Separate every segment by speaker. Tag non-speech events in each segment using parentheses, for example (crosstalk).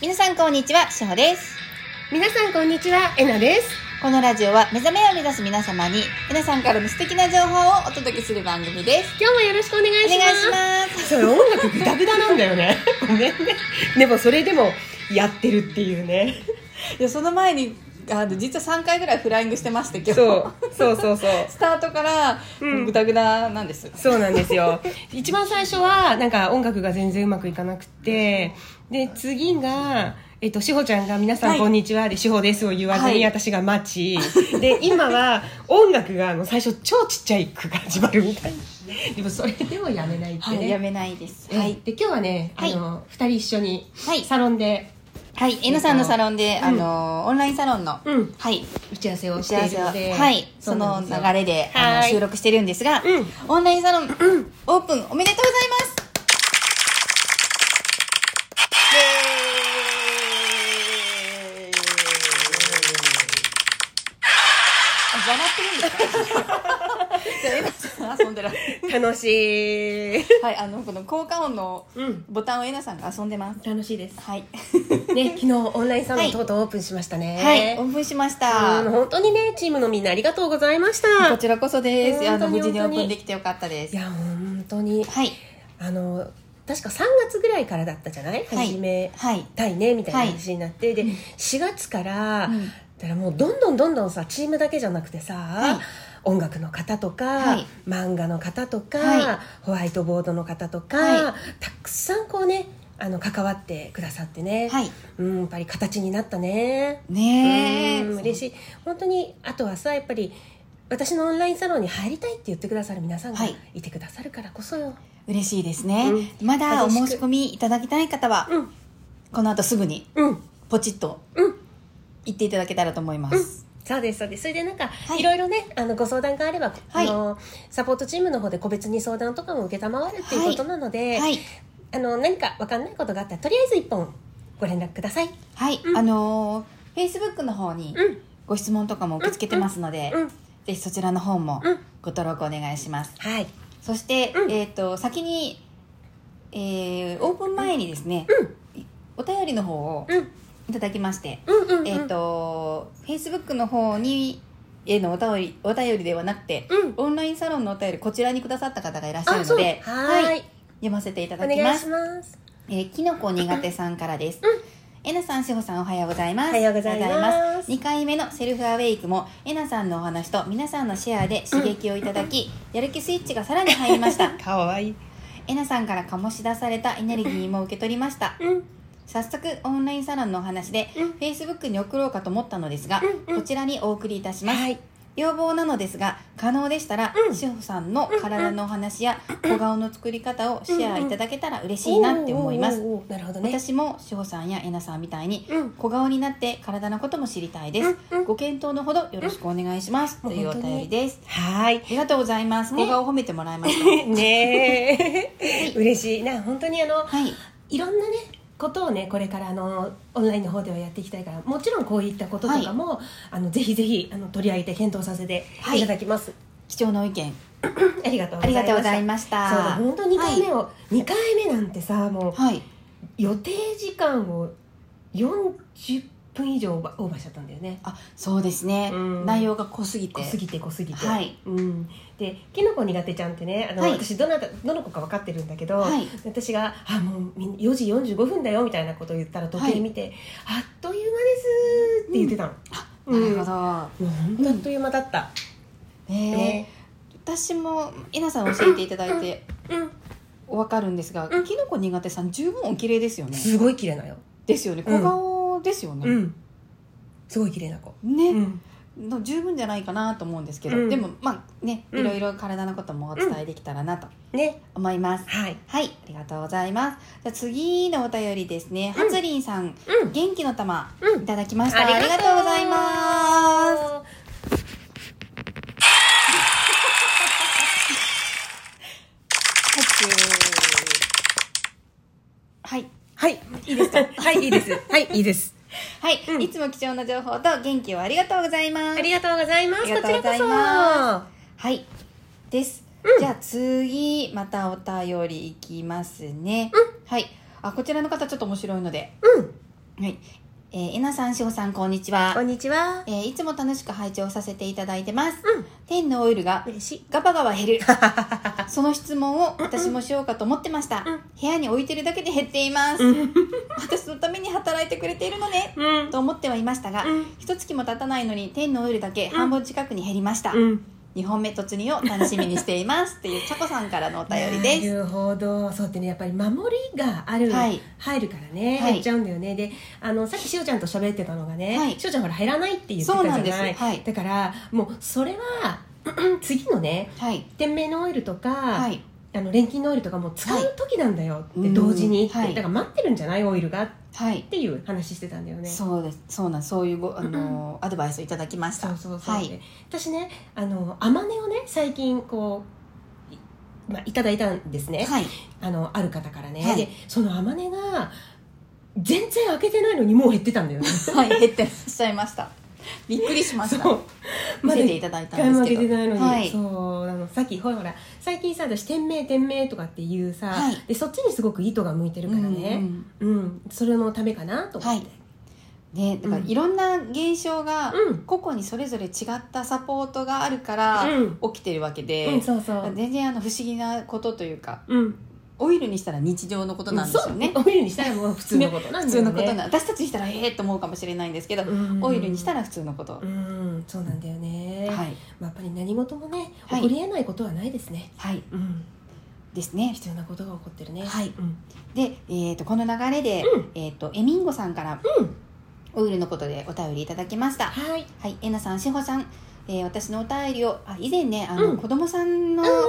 Speaker 1: 皆さんこんにちは、しほです。
Speaker 2: 皆さんこんにちは、えなです。
Speaker 1: このラジオは目覚めを目指す皆様に、皆さんからの素敵な情報をお届けする番組です。
Speaker 2: 今日もよろしくお願
Speaker 1: お
Speaker 2: い
Speaker 1: 願
Speaker 2: し
Speaker 1: い
Speaker 2: ます。
Speaker 1: します。
Speaker 2: それ音楽グダグダなんだ
Speaker 1: (laughs)
Speaker 2: よね。ごめんね。でもそれでもやってるっていうね。
Speaker 1: いや、その前に、あの、実は3回ぐらいフライングしてまして、今日。
Speaker 2: そう、そうそうそう。
Speaker 1: スタートから、
Speaker 2: うん
Speaker 1: ぐだぐだなんです。
Speaker 2: そうなんですよ。一番最初はなんか音楽が全然うまくいかなくて、で次が。えっと、しほちゃんが「皆さ
Speaker 1: は
Speaker 2: ん
Speaker 1: い
Speaker 2: こんにちは」で「しほです」を言わず
Speaker 1: はい
Speaker 2: に私が「マチ」で今は音楽があの最初超ちっちゃい句が始まるみたいなでもそれでもやめないって
Speaker 1: は
Speaker 2: ね、
Speaker 1: い、やめないです。
Speaker 2: は
Speaker 1: はいい、。
Speaker 2: で今日はね、
Speaker 1: はい
Speaker 2: あの二人一緒に
Speaker 1: はい
Speaker 2: サロンで、
Speaker 1: はい、えのさんのサロンで、
Speaker 2: うん
Speaker 1: あの、オンラインサロンの、
Speaker 2: うん、
Speaker 1: はい、
Speaker 2: 打ち合わせ
Speaker 1: 打
Speaker 2: をし
Speaker 1: ち
Speaker 2: て
Speaker 1: 合わ
Speaker 2: い
Speaker 1: せ
Speaker 2: る
Speaker 1: を、
Speaker 2: ので、
Speaker 1: はい、その流
Speaker 2: れ、
Speaker 1: れで、あの
Speaker 2: はい
Speaker 1: 収録してるんですが、
Speaker 2: うん
Speaker 1: オンラインサロン、オープンおめでとうございますイエーイ笑ってるんですかじゃあエナさん遊んでる
Speaker 2: 楽しい、
Speaker 1: はいあのこの効果音の
Speaker 2: うん、
Speaker 1: ボタンをエナさんが遊んでます
Speaker 2: 楽しいです。 (laughs)
Speaker 1: はい、 (laughs)
Speaker 2: ね、昨日オンラインサロ
Speaker 1: は
Speaker 2: ン
Speaker 1: い
Speaker 2: とうとうオープンしましたね。
Speaker 1: はいオープンしました
Speaker 2: うん本当にねチームのみんなありがとうございまし
Speaker 1: こ
Speaker 2: た。
Speaker 1: ちらこそですあの
Speaker 2: 本当
Speaker 1: 無
Speaker 2: に
Speaker 1: 事にオープンできてよかったで
Speaker 2: い
Speaker 1: す
Speaker 2: や本当に
Speaker 1: はい
Speaker 2: あの確か三月ぐらいからだったじゃない？
Speaker 1: はい
Speaker 2: 始め
Speaker 1: はい
Speaker 2: たいねみたいな話になって、で4月から、
Speaker 1: うん
Speaker 2: だからもうどんどんどんどんさチームだけじゃなくてさ、
Speaker 1: はい
Speaker 2: 音楽の方とか、
Speaker 1: はい
Speaker 2: 漫画の方とか、
Speaker 1: はい
Speaker 2: ホワイトボードの方とか、
Speaker 1: は
Speaker 2: たくさんこうねあの関わってくださってね、
Speaker 1: はい
Speaker 2: うん、やっぱり形になったね。
Speaker 1: ねえ
Speaker 2: うん嬉しい本当にあとはさやっぱり私のオンラインサロンに入りたいって言ってくださる皆さんが
Speaker 1: はい
Speaker 2: いてくださるからこそよ、
Speaker 1: 嬉しいですね、
Speaker 2: う
Speaker 1: まだお
Speaker 2: 楽しく
Speaker 1: 申し込みいただきたい方は、
Speaker 2: うん
Speaker 1: この後すぐに
Speaker 2: うん
Speaker 1: ポチッと
Speaker 2: うん
Speaker 1: 行っていただけたらと思います、
Speaker 2: そうですそうですそれでなんか、
Speaker 1: い
Speaker 2: い、ろいろねあのご相談があれば、
Speaker 1: はい
Speaker 2: あのサポートチームの方で個別に相談とかも承るっていうことなので、
Speaker 1: はい
Speaker 2: あの何か分かんないことがあったらとりあえず一本ご連絡ください
Speaker 1: はい、
Speaker 2: うん
Speaker 1: あのー、Facebook の方に
Speaker 2: うん
Speaker 1: ご質問とかも受け付けてますので、
Speaker 2: うん
Speaker 1: ぜひそちらの方も
Speaker 2: うん
Speaker 1: ご登録お願いします
Speaker 2: はい
Speaker 1: そして、
Speaker 2: うん
Speaker 1: えっ、と先に、えー、オープン前にですね、
Speaker 2: うん
Speaker 1: お便りの方を
Speaker 2: うん
Speaker 1: いただきまして、
Speaker 2: うんうんうん
Speaker 1: えっ、と Facebook の方にへのお便りお便りではなくて、
Speaker 2: うん
Speaker 1: オンラインサロンのお便りこちらにくださった方がいらっしゃ
Speaker 2: あ
Speaker 1: る
Speaker 2: そ
Speaker 1: の
Speaker 2: う
Speaker 1: で、
Speaker 2: はーい
Speaker 1: 読ませていただ
Speaker 2: お
Speaker 1: き
Speaker 2: 願
Speaker 1: ま
Speaker 2: いし
Speaker 1: す。
Speaker 2: ます
Speaker 1: えー、きのこ苦手さんからです。えなさん、しほさん、おはようございます。
Speaker 2: おはようございま
Speaker 1: お
Speaker 2: す
Speaker 1: はようございます2回目のセルフアウェイクも、えなさんのお話と皆さんのシェアで刺激をいただき、やる気スイッチがさらに入りました。
Speaker 2: (laughs) かわいい
Speaker 1: えなさんから醸し出されたエネルギーも受け取りました。
Speaker 2: うん
Speaker 1: 早速、オンラインサロンのお話で、
Speaker 2: うん
Speaker 1: Facebook に送ろうかと思ったのですが、
Speaker 2: うんうん
Speaker 1: こちらにお送りいたします。
Speaker 2: はい
Speaker 1: 要望なのですが可能でしたら、
Speaker 2: うん
Speaker 1: 志保さんの体のお話や小顔の作り方をシェアいただけたら嬉しいなって思います、
Speaker 2: おーおーおーなるほどね
Speaker 1: 私も志保さんやえなさんみたいに
Speaker 2: うん
Speaker 1: 小顔になって体のことも知りたいです、
Speaker 2: うんうん
Speaker 1: ご検討のほどよろしくお願いします、
Speaker 2: うん
Speaker 1: というお便りです
Speaker 2: はーい
Speaker 1: ありがとうございます
Speaker 2: ね
Speaker 1: 小顔を褒めてもらいました、
Speaker 2: (laughs) ねえ嬉しいな本当にあ (laughs) の
Speaker 1: はい
Speaker 2: いろんなねことをねこれからあのオンラインの方ではやっていきたいからもちろんこういったこととかも、あのぜひぜひあの取り上げて検討させて
Speaker 1: はい
Speaker 2: いただきます、
Speaker 1: 貴重なお意見
Speaker 2: ありがとう
Speaker 1: ありがとうご
Speaker 2: ご
Speaker 1: ざ
Speaker 2: ざ
Speaker 1: い
Speaker 2: いま
Speaker 1: まし
Speaker 2: した
Speaker 1: た
Speaker 2: そうだ本当に2回目を、2回目なんてさもう
Speaker 1: はい
Speaker 2: 予定時間を40分以上オーバーオーバーしちゃったんだよね
Speaker 1: あそうですね、
Speaker 2: うん
Speaker 1: 内容が濃すぎて
Speaker 2: 濃すぎて濃すぎて、
Speaker 1: はい
Speaker 2: うん、できのこ苦手ちゃんってねあの、
Speaker 1: はい
Speaker 2: 私どなたどの子か分かってるんだけど、
Speaker 1: はい
Speaker 2: 私が「あもうみん4時45分だよ」みたいなことを言ったら時計見て「あっという間です」って言ってたの、
Speaker 1: なるほど、
Speaker 2: もう本当あっという間だった、
Speaker 1: ねえ
Speaker 2: ね
Speaker 1: 私もえなさん教えていただいて
Speaker 2: うん、
Speaker 1: わかるんですが、
Speaker 2: うん
Speaker 1: キノコ苦手さん十分お綺麗ですよね
Speaker 2: すごい綺麗なよ、
Speaker 1: ですよね
Speaker 2: うん
Speaker 1: 小顔ですよね、
Speaker 2: ん、すごい綺麗な子、
Speaker 1: ね、
Speaker 2: ん、
Speaker 1: の十分じゃないかなと思うんですけど、
Speaker 2: うん
Speaker 1: でもまあね
Speaker 2: うん
Speaker 1: いろいろ体のこともお伝えできたらなと
Speaker 2: ね
Speaker 1: 思います、
Speaker 2: はい
Speaker 1: はいありがとうございますじゃあ次のお便りですね、
Speaker 2: うん
Speaker 1: はつりんさん
Speaker 2: うん
Speaker 1: 元気の玉
Speaker 2: う
Speaker 1: い
Speaker 2: ん
Speaker 1: ただきました、
Speaker 2: あ
Speaker 1: あり
Speaker 2: り
Speaker 1: が
Speaker 2: が
Speaker 1: と
Speaker 2: と
Speaker 1: う
Speaker 2: う
Speaker 1: ございます拍手はい
Speaker 2: はいいいですかはいいいですはいいいです
Speaker 1: はい、
Speaker 2: うん
Speaker 1: いつも貴重な情報と元気を (laughs) ありがとうございます。
Speaker 2: ありがとうございま
Speaker 1: あ
Speaker 2: す
Speaker 1: り
Speaker 2: こ
Speaker 1: がと
Speaker 2: ち
Speaker 1: う
Speaker 2: ら
Speaker 1: ござい
Speaker 2: こ
Speaker 1: ま
Speaker 2: そ
Speaker 1: はい。です。じゃあ次、またお便りいきますね。はい。あ、こちらの方ちょっと面白いので、
Speaker 2: うん
Speaker 1: はい。えー、えなさん、しほさん、こんにちは。
Speaker 2: こんにちは
Speaker 1: えーいつも楽しく拝聴させていただいてます。
Speaker 2: うん
Speaker 1: 天のオイルが
Speaker 2: 嬉しい
Speaker 1: ガバガバ
Speaker 2: (laughs)
Speaker 1: 減る。その質問を私もしようかと思ってました。
Speaker 2: うん
Speaker 1: 部屋に置いてるだけで減っています。私のために働いてくれているのね。
Speaker 2: うん
Speaker 1: と思ってはいましたが、一月も経たないのに天のオイルだけ半分近くに減りました。
Speaker 2: うん
Speaker 1: 2本目突入を楽しみにしてい
Speaker 2: (laughs)
Speaker 1: ます。っていう、ちゃこさんからのお便り
Speaker 2: な
Speaker 1: です。
Speaker 2: るほどそうってねやっぱり守りがある、
Speaker 1: はい
Speaker 2: 入るからね
Speaker 1: はい
Speaker 2: 入っちゃうんだよね、であのさっきしおちゃんと喋ってたのがね、
Speaker 1: はい
Speaker 2: しおちゃんほら入らないって言ってたじ
Speaker 1: そう
Speaker 2: ゃない
Speaker 1: なんですはい
Speaker 2: だからもうそれは00次のね
Speaker 1: はい。
Speaker 2: 天命のオイルとか、
Speaker 1: はい。
Speaker 2: あの錬金のオイルとかも使う時なんだよって、
Speaker 1: はい
Speaker 2: 同時にって、
Speaker 1: うんはい
Speaker 2: だから待ってるんじゃないオイルがっ
Speaker 1: はい。
Speaker 2: ていう話してたんだよね
Speaker 1: そうです。そうなん、そういうご、あのーアドバイスをいただきました。
Speaker 2: そうそうそう、
Speaker 1: はい。
Speaker 2: で私ねあの甘音をね最近こうい,、まあ、いただいたんですね、
Speaker 1: はい。
Speaker 2: あのある方からね、
Speaker 1: はい
Speaker 2: でその甘音が全然開けてないのにもう減ってたんだよね
Speaker 1: はい、減ってらっしゃいました。びっくりしました。
Speaker 2: そう
Speaker 1: 見
Speaker 2: まだ
Speaker 1: せて
Speaker 2: 一
Speaker 1: いただいた
Speaker 2: 回も
Speaker 1: ん
Speaker 2: 開
Speaker 1: です
Speaker 2: け
Speaker 1: け
Speaker 2: て
Speaker 1: ど。
Speaker 2: ないのに、
Speaker 1: はい
Speaker 2: そうあのさっきほらほら最近さ私「店名店名」とかっていうさ、
Speaker 1: はい
Speaker 2: でそっちにすごく糸が向いてるからねうん、それのためかなと思って、
Speaker 1: うんうんね、だからいろんな現象が
Speaker 2: うん
Speaker 1: 個々にそれぞれ違ったサポートがあるから
Speaker 2: うん
Speaker 1: 起きてるわけ
Speaker 2: うん
Speaker 1: で、
Speaker 2: そうそう
Speaker 1: 全然あの不思議なことというか
Speaker 2: うん
Speaker 1: オイルにしたら日常のことなんですよね。
Speaker 2: そうオイルにしたらもう普通のことなん
Speaker 1: 普通
Speaker 2: だよね
Speaker 1: のことな私たちにしたらええと思うかもしれないんですけど、
Speaker 2: うん
Speaker 1: オイルにしたら普通のこと
Speaker 2: う。んそうなんだよね、
Speaker 1: はい
Speaker 2: まあ、やっぱり何事もね
Speaker 1: はい
Speaker 2: 起こりえないことはないですね、
Speaker 1: はい
Speaker 2: うん
Speaker 1: ですね。
Speaker 2: 必要なことが起こってるね
Speaker 1: はい
Speaker 2: うん
Speaker 1: で、えー、とこの流れで、
Speaker 2: うん
Speaker 1: えー、とエミンゴさんから
Speaker 2: うん
Speaker 1: オイルのことでお便りいただきました。
Speaker 2: はい
Speaker 1: はい、えなさん、しほさん、えー、私のお便りをあ以前ねあの、
Speaker 2: うん
Speaker 1: 子供さんの、
Speaker 2: うんうん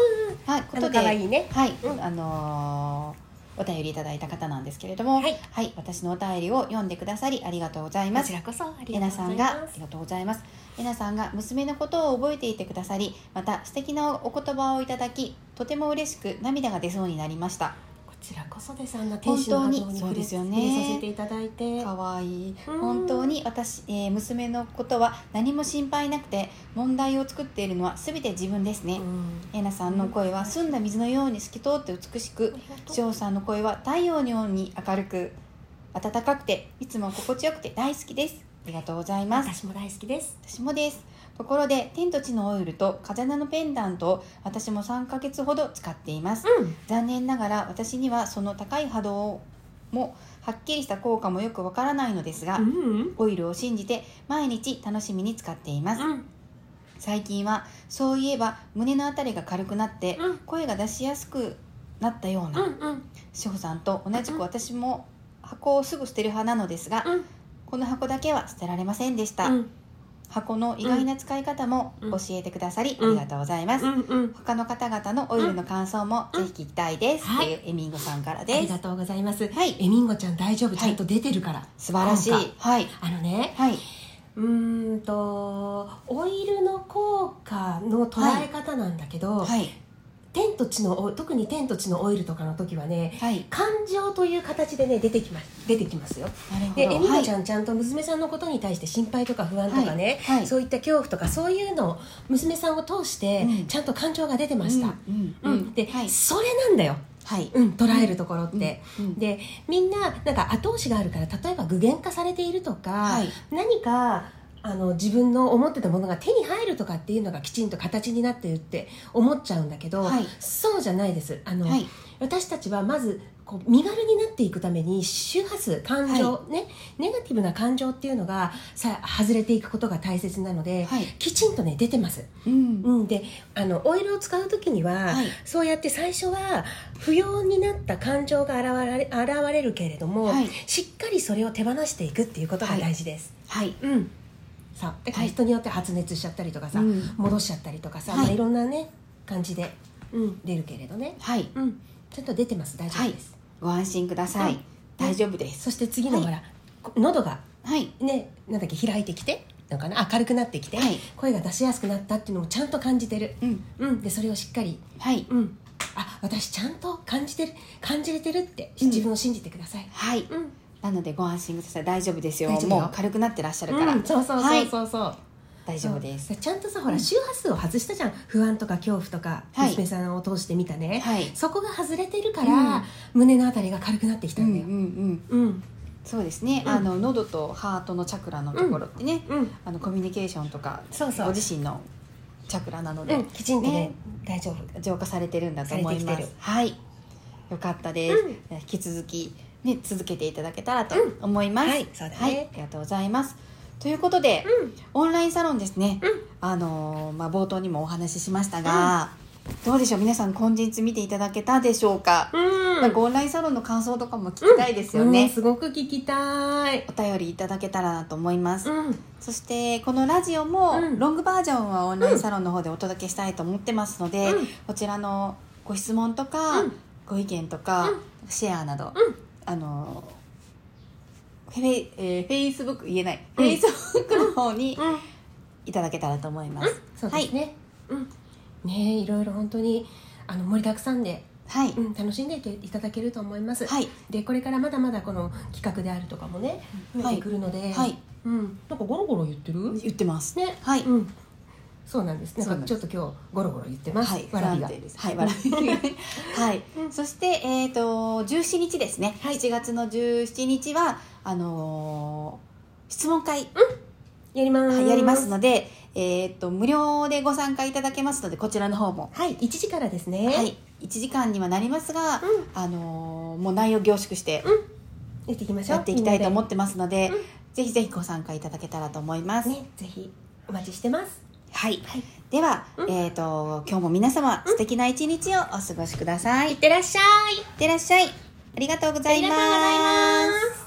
Speaker 1: はい、こ
Speaker 2: あ
Speaker 1: と
Speaker 2: の
Speaker 1: で
Speaker 2: 可愛いね
Speaker 1: はい、
Speaker 2: うん
Speaker 1: あのーお便りいただいた方なんですけれども、
Speaker 2: はい
Speaker 1: 私のお便りを読んでくださりありがとうございます。
Speaker 2: らこそあり
Speaker 1: えなさんがありがとうございます。えなさんが娘のことを覚えていてくださり、また素敵なお言葉をいただき、とても嬉しく涙が出そうになりました。
Speaker 2: こちらこそですあんな天使の反応に
Speaker 1: 本当にそ
Speaker 2: 触
Speaker 1: う
Speaker 2: れ
Speaker 1: ですよね
Speaker 2: 触れさせていただいて
Speaker 1: かわいい
Speaker 2: うん
Speaker 1: 本当に私、えー娘のことは何も心配なくて問題を作っているのは全て自分ですね、
Speaker 2: うん
Speaker 1: えなさんの声は澄んだ水のように透き通って美し
Speaker 2: あ
Speaker 1: く
Speaker 2: りがとう
Speaker 1: 翔さんの声は太陽のように明るく暖かくていつも心地よくて大好きですありがとうございます
Speaker 2: 私も大好きです
Speaker 1: 私もですところで天と地のオイルと風穴のペンダントを私も3ヶ月ほど使っています
Speaker 2: うん
Speaker 1: 残念ながら私にはその高い波動もはっきりした効果もよくわからないのですが、
Speaker 2: うん
Speaker 1: オイルを信じて毎日楽しみに使っています、最近はそういえば胸のあたりが軽くなって、
Speaker 2: うん
Speaker 1: 声が出しやすくなったよう
Speaker 2: うんう
Speaker 1: なん
Speaker 2: うん
Speaker 1: 志保、さんと同じ
Speaker 2: う
Speaker 1: く
Speaker 2: ん
Speaker 1: 私も箱をすぐ捨てる派なのですが、
Speaker 2: うん
Speaker 1: この箱だけは捨てられませんでした、
Speaker 2: うん
Speaker 1: 箱の意外な使い方も
Speaker 2: うん
Speaker 1: 教えてくださりあ
Speaker 2: うん
Speaker 1: りがとうございます、
Speaker 2: うんうん
Speaker 1: 他の方々のオイルの感想もぜひ聞きたいです、
Speaker 2: うん
Speaker 1: っていうエミンゴさんから
Speaker 2: あ
Speaker 1: で
Speaker 2: り
Speaker 1: す
Speaker 2: がとうございます
Speaker 1: はい
Speaker 2: えみんごちゃん大丈夫
Speaker 1: い
Speaker 2: ちゃんと出てるから
Speaker 1: 素晴らしい
Speaker 2: なんか
Speaker 1: はい
Speaker 2: あのね
Speaker 1: はいう
Speaker 2: ーんとオイルの効果の捉え方なんだけど、
Speaker 1: はい
Speaker 2: 天と地のオイ特に天と地のオイルとかの時はね
Speaker 1: はい
Speaker 2: 感情という形でね出てきます出てきますよ
Speaker 1: なるほど
Speaker 2: でエミ
Speaker 1: は
Speaker 2: コ
Speaker 1: い
Speaker 2: ちゃんちゃんと娘さんのことに対して心配とか不安とかね、
Speaker 1: はいはい
Speaker 2: そういった恐怖とかそういうのを娘さんを通して
Speaker 1: うん
Speaker 2: ちゃんと感情が出てました、
Speaker 1: うんう
Speaker 2: うんん
Speaker 1: うん、
Speaker 2: で、
Speaker 1: はい
Speaker 2: それなんだよ、
Speaker 1: はい
Speaker 2: うん、捉えるところって、
Speaker 1: うんうん
Speaker 2: でみんななんか後押しがあるから例えば具現化されているとか、
Speaker 1: はい
Speaker 2: 何かあの自分の思ってたものが手に入るとかっていうのがきちんと形になってるって思っちゃうんだけど、
Speaker 1: はい
Speaker 2: そうじゃないですあの、
Speaker 1: はい
Speaker 2: 私たちはまずこう身軽になっていくために周波数感情、
Speaker 1: は
Speaker 2: ねネガティブな感情っていうのがさ外れていくことが大切なので、
Speaker 1: はい
Speaker 2: きちんとね出てます、
Speaker 1: うん
Speaker 2: うん、であのオイルを使う時には、
Speaker 1: はい
Speaker 2: そうやって最初は不要になった感情が現れ現れるけれども、
Speaker 1: はい
Speaker 2: しっかりそれを手放していくっていうことが大事です、
Speaker 1: はい
Speaker 2: うんさだか
Speaker 1: は
Speaker 2: ら
Speaker 1: い
Speaker 2: 人によって発熱しちゃったりとかさ、
Speaker 1: うん
Speaker 2: 戻しちゃったりとかさ、
Speaker 1: はい
Speaker 2: いまあ、いろんなね感じで、うん、出るけれどね
Speaker 1: はい
Speaker 2: うん、ちょっと出てます大丈
Speaker 1: は
Speaker 2: 夫
Speaker 1: い
Speaker 2: です、
Speaker 1: ご安心ください、
Speaker 2: うん
Speaker 1: 大丈夫です
Speaker 2: そして次の
Speaker 1: はい
Speaker 2: ほら、こ喉が
Speaker 1: はい
Speaker 2: ねなんだっけ開いてきてのかな明るくなってきて、
Speaker 1: はい
Speaker 2: 声が出しやすくなったっていうのもちゃんと感じてる、
Speaker 1: うん
Speaker 2: うん、でそれをしっかり、
Speaker 1: はい
Speaker 2: うん、あ私ちゃんと感じてる感じれてるって、
Speaker 1: うん
Speaker 2: 自分を信じてください、
Speaker 1: はい
Speaker 2: うん
Speaker 1: なのでご安心ください大丈夫ですよ
Speaker 2: 大丈夫よ
Speaker 1: もう軽くなってらっしゃる
Speaker 2: う
Speaker 1: から、
Speaker 2: ん、そうそう
Speaker 1: は
Speaker 2: そう
Speaker 1: い
Speaker 2: そうそう、
Speaker 1: 大丈夫です
Speaker 2: そうちゃんとさほら周波数を外したじゃん不安とか恐怖とか、
Speaker 1: はい
Speaker 2: 娘さんを通して見たね、
Speaker 1: はい
Speaker 2: そこが外れてるから、
Speaker 1: うん
Speaker 2: 胸のあたりが軽くなってきた
Speaker 1: うんんう
Speaker 2: だ
Speaker 1: ん
Speaker 2: よ、
Speaker 1: うん
Speaker 2: うん
Speaker 1: そうですね、
Speaker 2: うん
Speaker 1: あの喉とハートのチャクラのところってね、
Speaker 2: うん、
Speaker 1: あのコミュニケーションとか
Speaker 2: そうそ
Speaker 1: ご
Speaker 2: う、
Speaker 1: 自身のチャクラなので、
Speaker 2: うん、きちんとね
Speaker 1: ね
Speaker 2: 大丈夫
Speaker 1: 浄化されてるんだと思い
Speaker 2: され
Speaker 1: ま
Speaker 2: てき
Speaker 1: す
Speaker 2: てる
Speaker 1: はいよかったです、
Speaker 2: うん
Speaker 1: 引き続きね続けていただけたらと
Speaker 2: うん
Speaker 1: 思います、
Speaker 2: はいそうだね
Speaker 1: ありがとうございますということで、
Speaker 2: うん
Speaker 1: オンラインサロンですね、
Speaker 2: うん
Speaker 1: あのーまあ、冒頭にもお話ししましたが、どうでしょう皆さん今日見ていただけたでしょうか、
Speaker 2: うん
Speaker 1: なんかオンラインサロンの感想とかも聞きたいですよ
Speaker 2: うん
Speaker 1: ね、
Speaker 2: すごく聞きたい
Speaker 1: お便りいただけたらなと思います、
Speaker 2: うん
Speaker 1: そしてこのラジオも
Speaker 2: うん
Speaker 1: ロングバージョンはオンラインサロンの方でお届けしたいと思ってますので、
Speaker 2: うん
Speaker 1: こちらのご質問とか、
Speaker 2: うん
Speaker 1: ご意見とか、シェアなど、
Speaker 2: うん
Speaker 1: あのフェイ、えー、フェイスブック言えない、
Speaker 2: うん
Speaker 1: フェイスブックの方に
Speaker 2: うん
Speaker 1: いただけたらと思います、
Speaker 2: そうですね、うんねえいろいろ本当にあの盛りだくさんで、
Speaker 1: はい、
Speaker 2: うん、楽しんでいていただけると思います、
Speaker 1: はい
Speaker 2: でこれからまだまだこの企画であるとかもね増
Speaker 1: は
Speaker 2: え
Speaker 1: い
Speaker 2: てくるので、
Speaker 1: はい
Speaker 2: うん、なんかゴロゴロ言ってる
Speaker 1: 言ってます
Speaker 2: ね
Speaker 1: はい、
Speaker 2: うん、そうなんです。なん
Speaker 1: そう
Speaker 2: か
Speaker 1: なんで
Speaker 2: ち
Speaker 1: す
Speaker 2: ょっと今日ゴロゴロ言ってます。
Speaker 1: はい、
Speaker 2: わらびが
Speaker 1: 不安定です。はい、わらびが。はい、そして、えっ、と、17日ですね。
Speaker 2: はい
Speaker 1: 7月の17日は、あのー質問会、
Speaker 2: やります。
Speaker 1: はいやります。ので。えっ、と、無料でご参加いただけますので、こちらの方も。
Speaker 2: はい、一時からですね。
Speaker 1: はい、1時間にはなりますが、
Speaker 2: うん
Speaker 1: あのーもう内容凝縮して。
Speaker 2: やっていきましょう。
Speaker 1: やっていきたいと思
Speaker 2: っ
Speaker 1: ってますので
Speaker 2: うん、
Speaker 1: ぜひぜひご参加いただけたらと思います。
Speaker 2: ね、ぜひお待ちしてます。
Speaker 1: はい、
Speaker 2: はい
Speaker 1: では、
Speaker 2: うん
Speaker 1: えっ、と、今日も皆様、素敵な一日をお過ごしください。
Speaker 2: てらっしゃい。
Speaker 1: いってらっしゃい。ありがとうございます。
Speaker 2: す。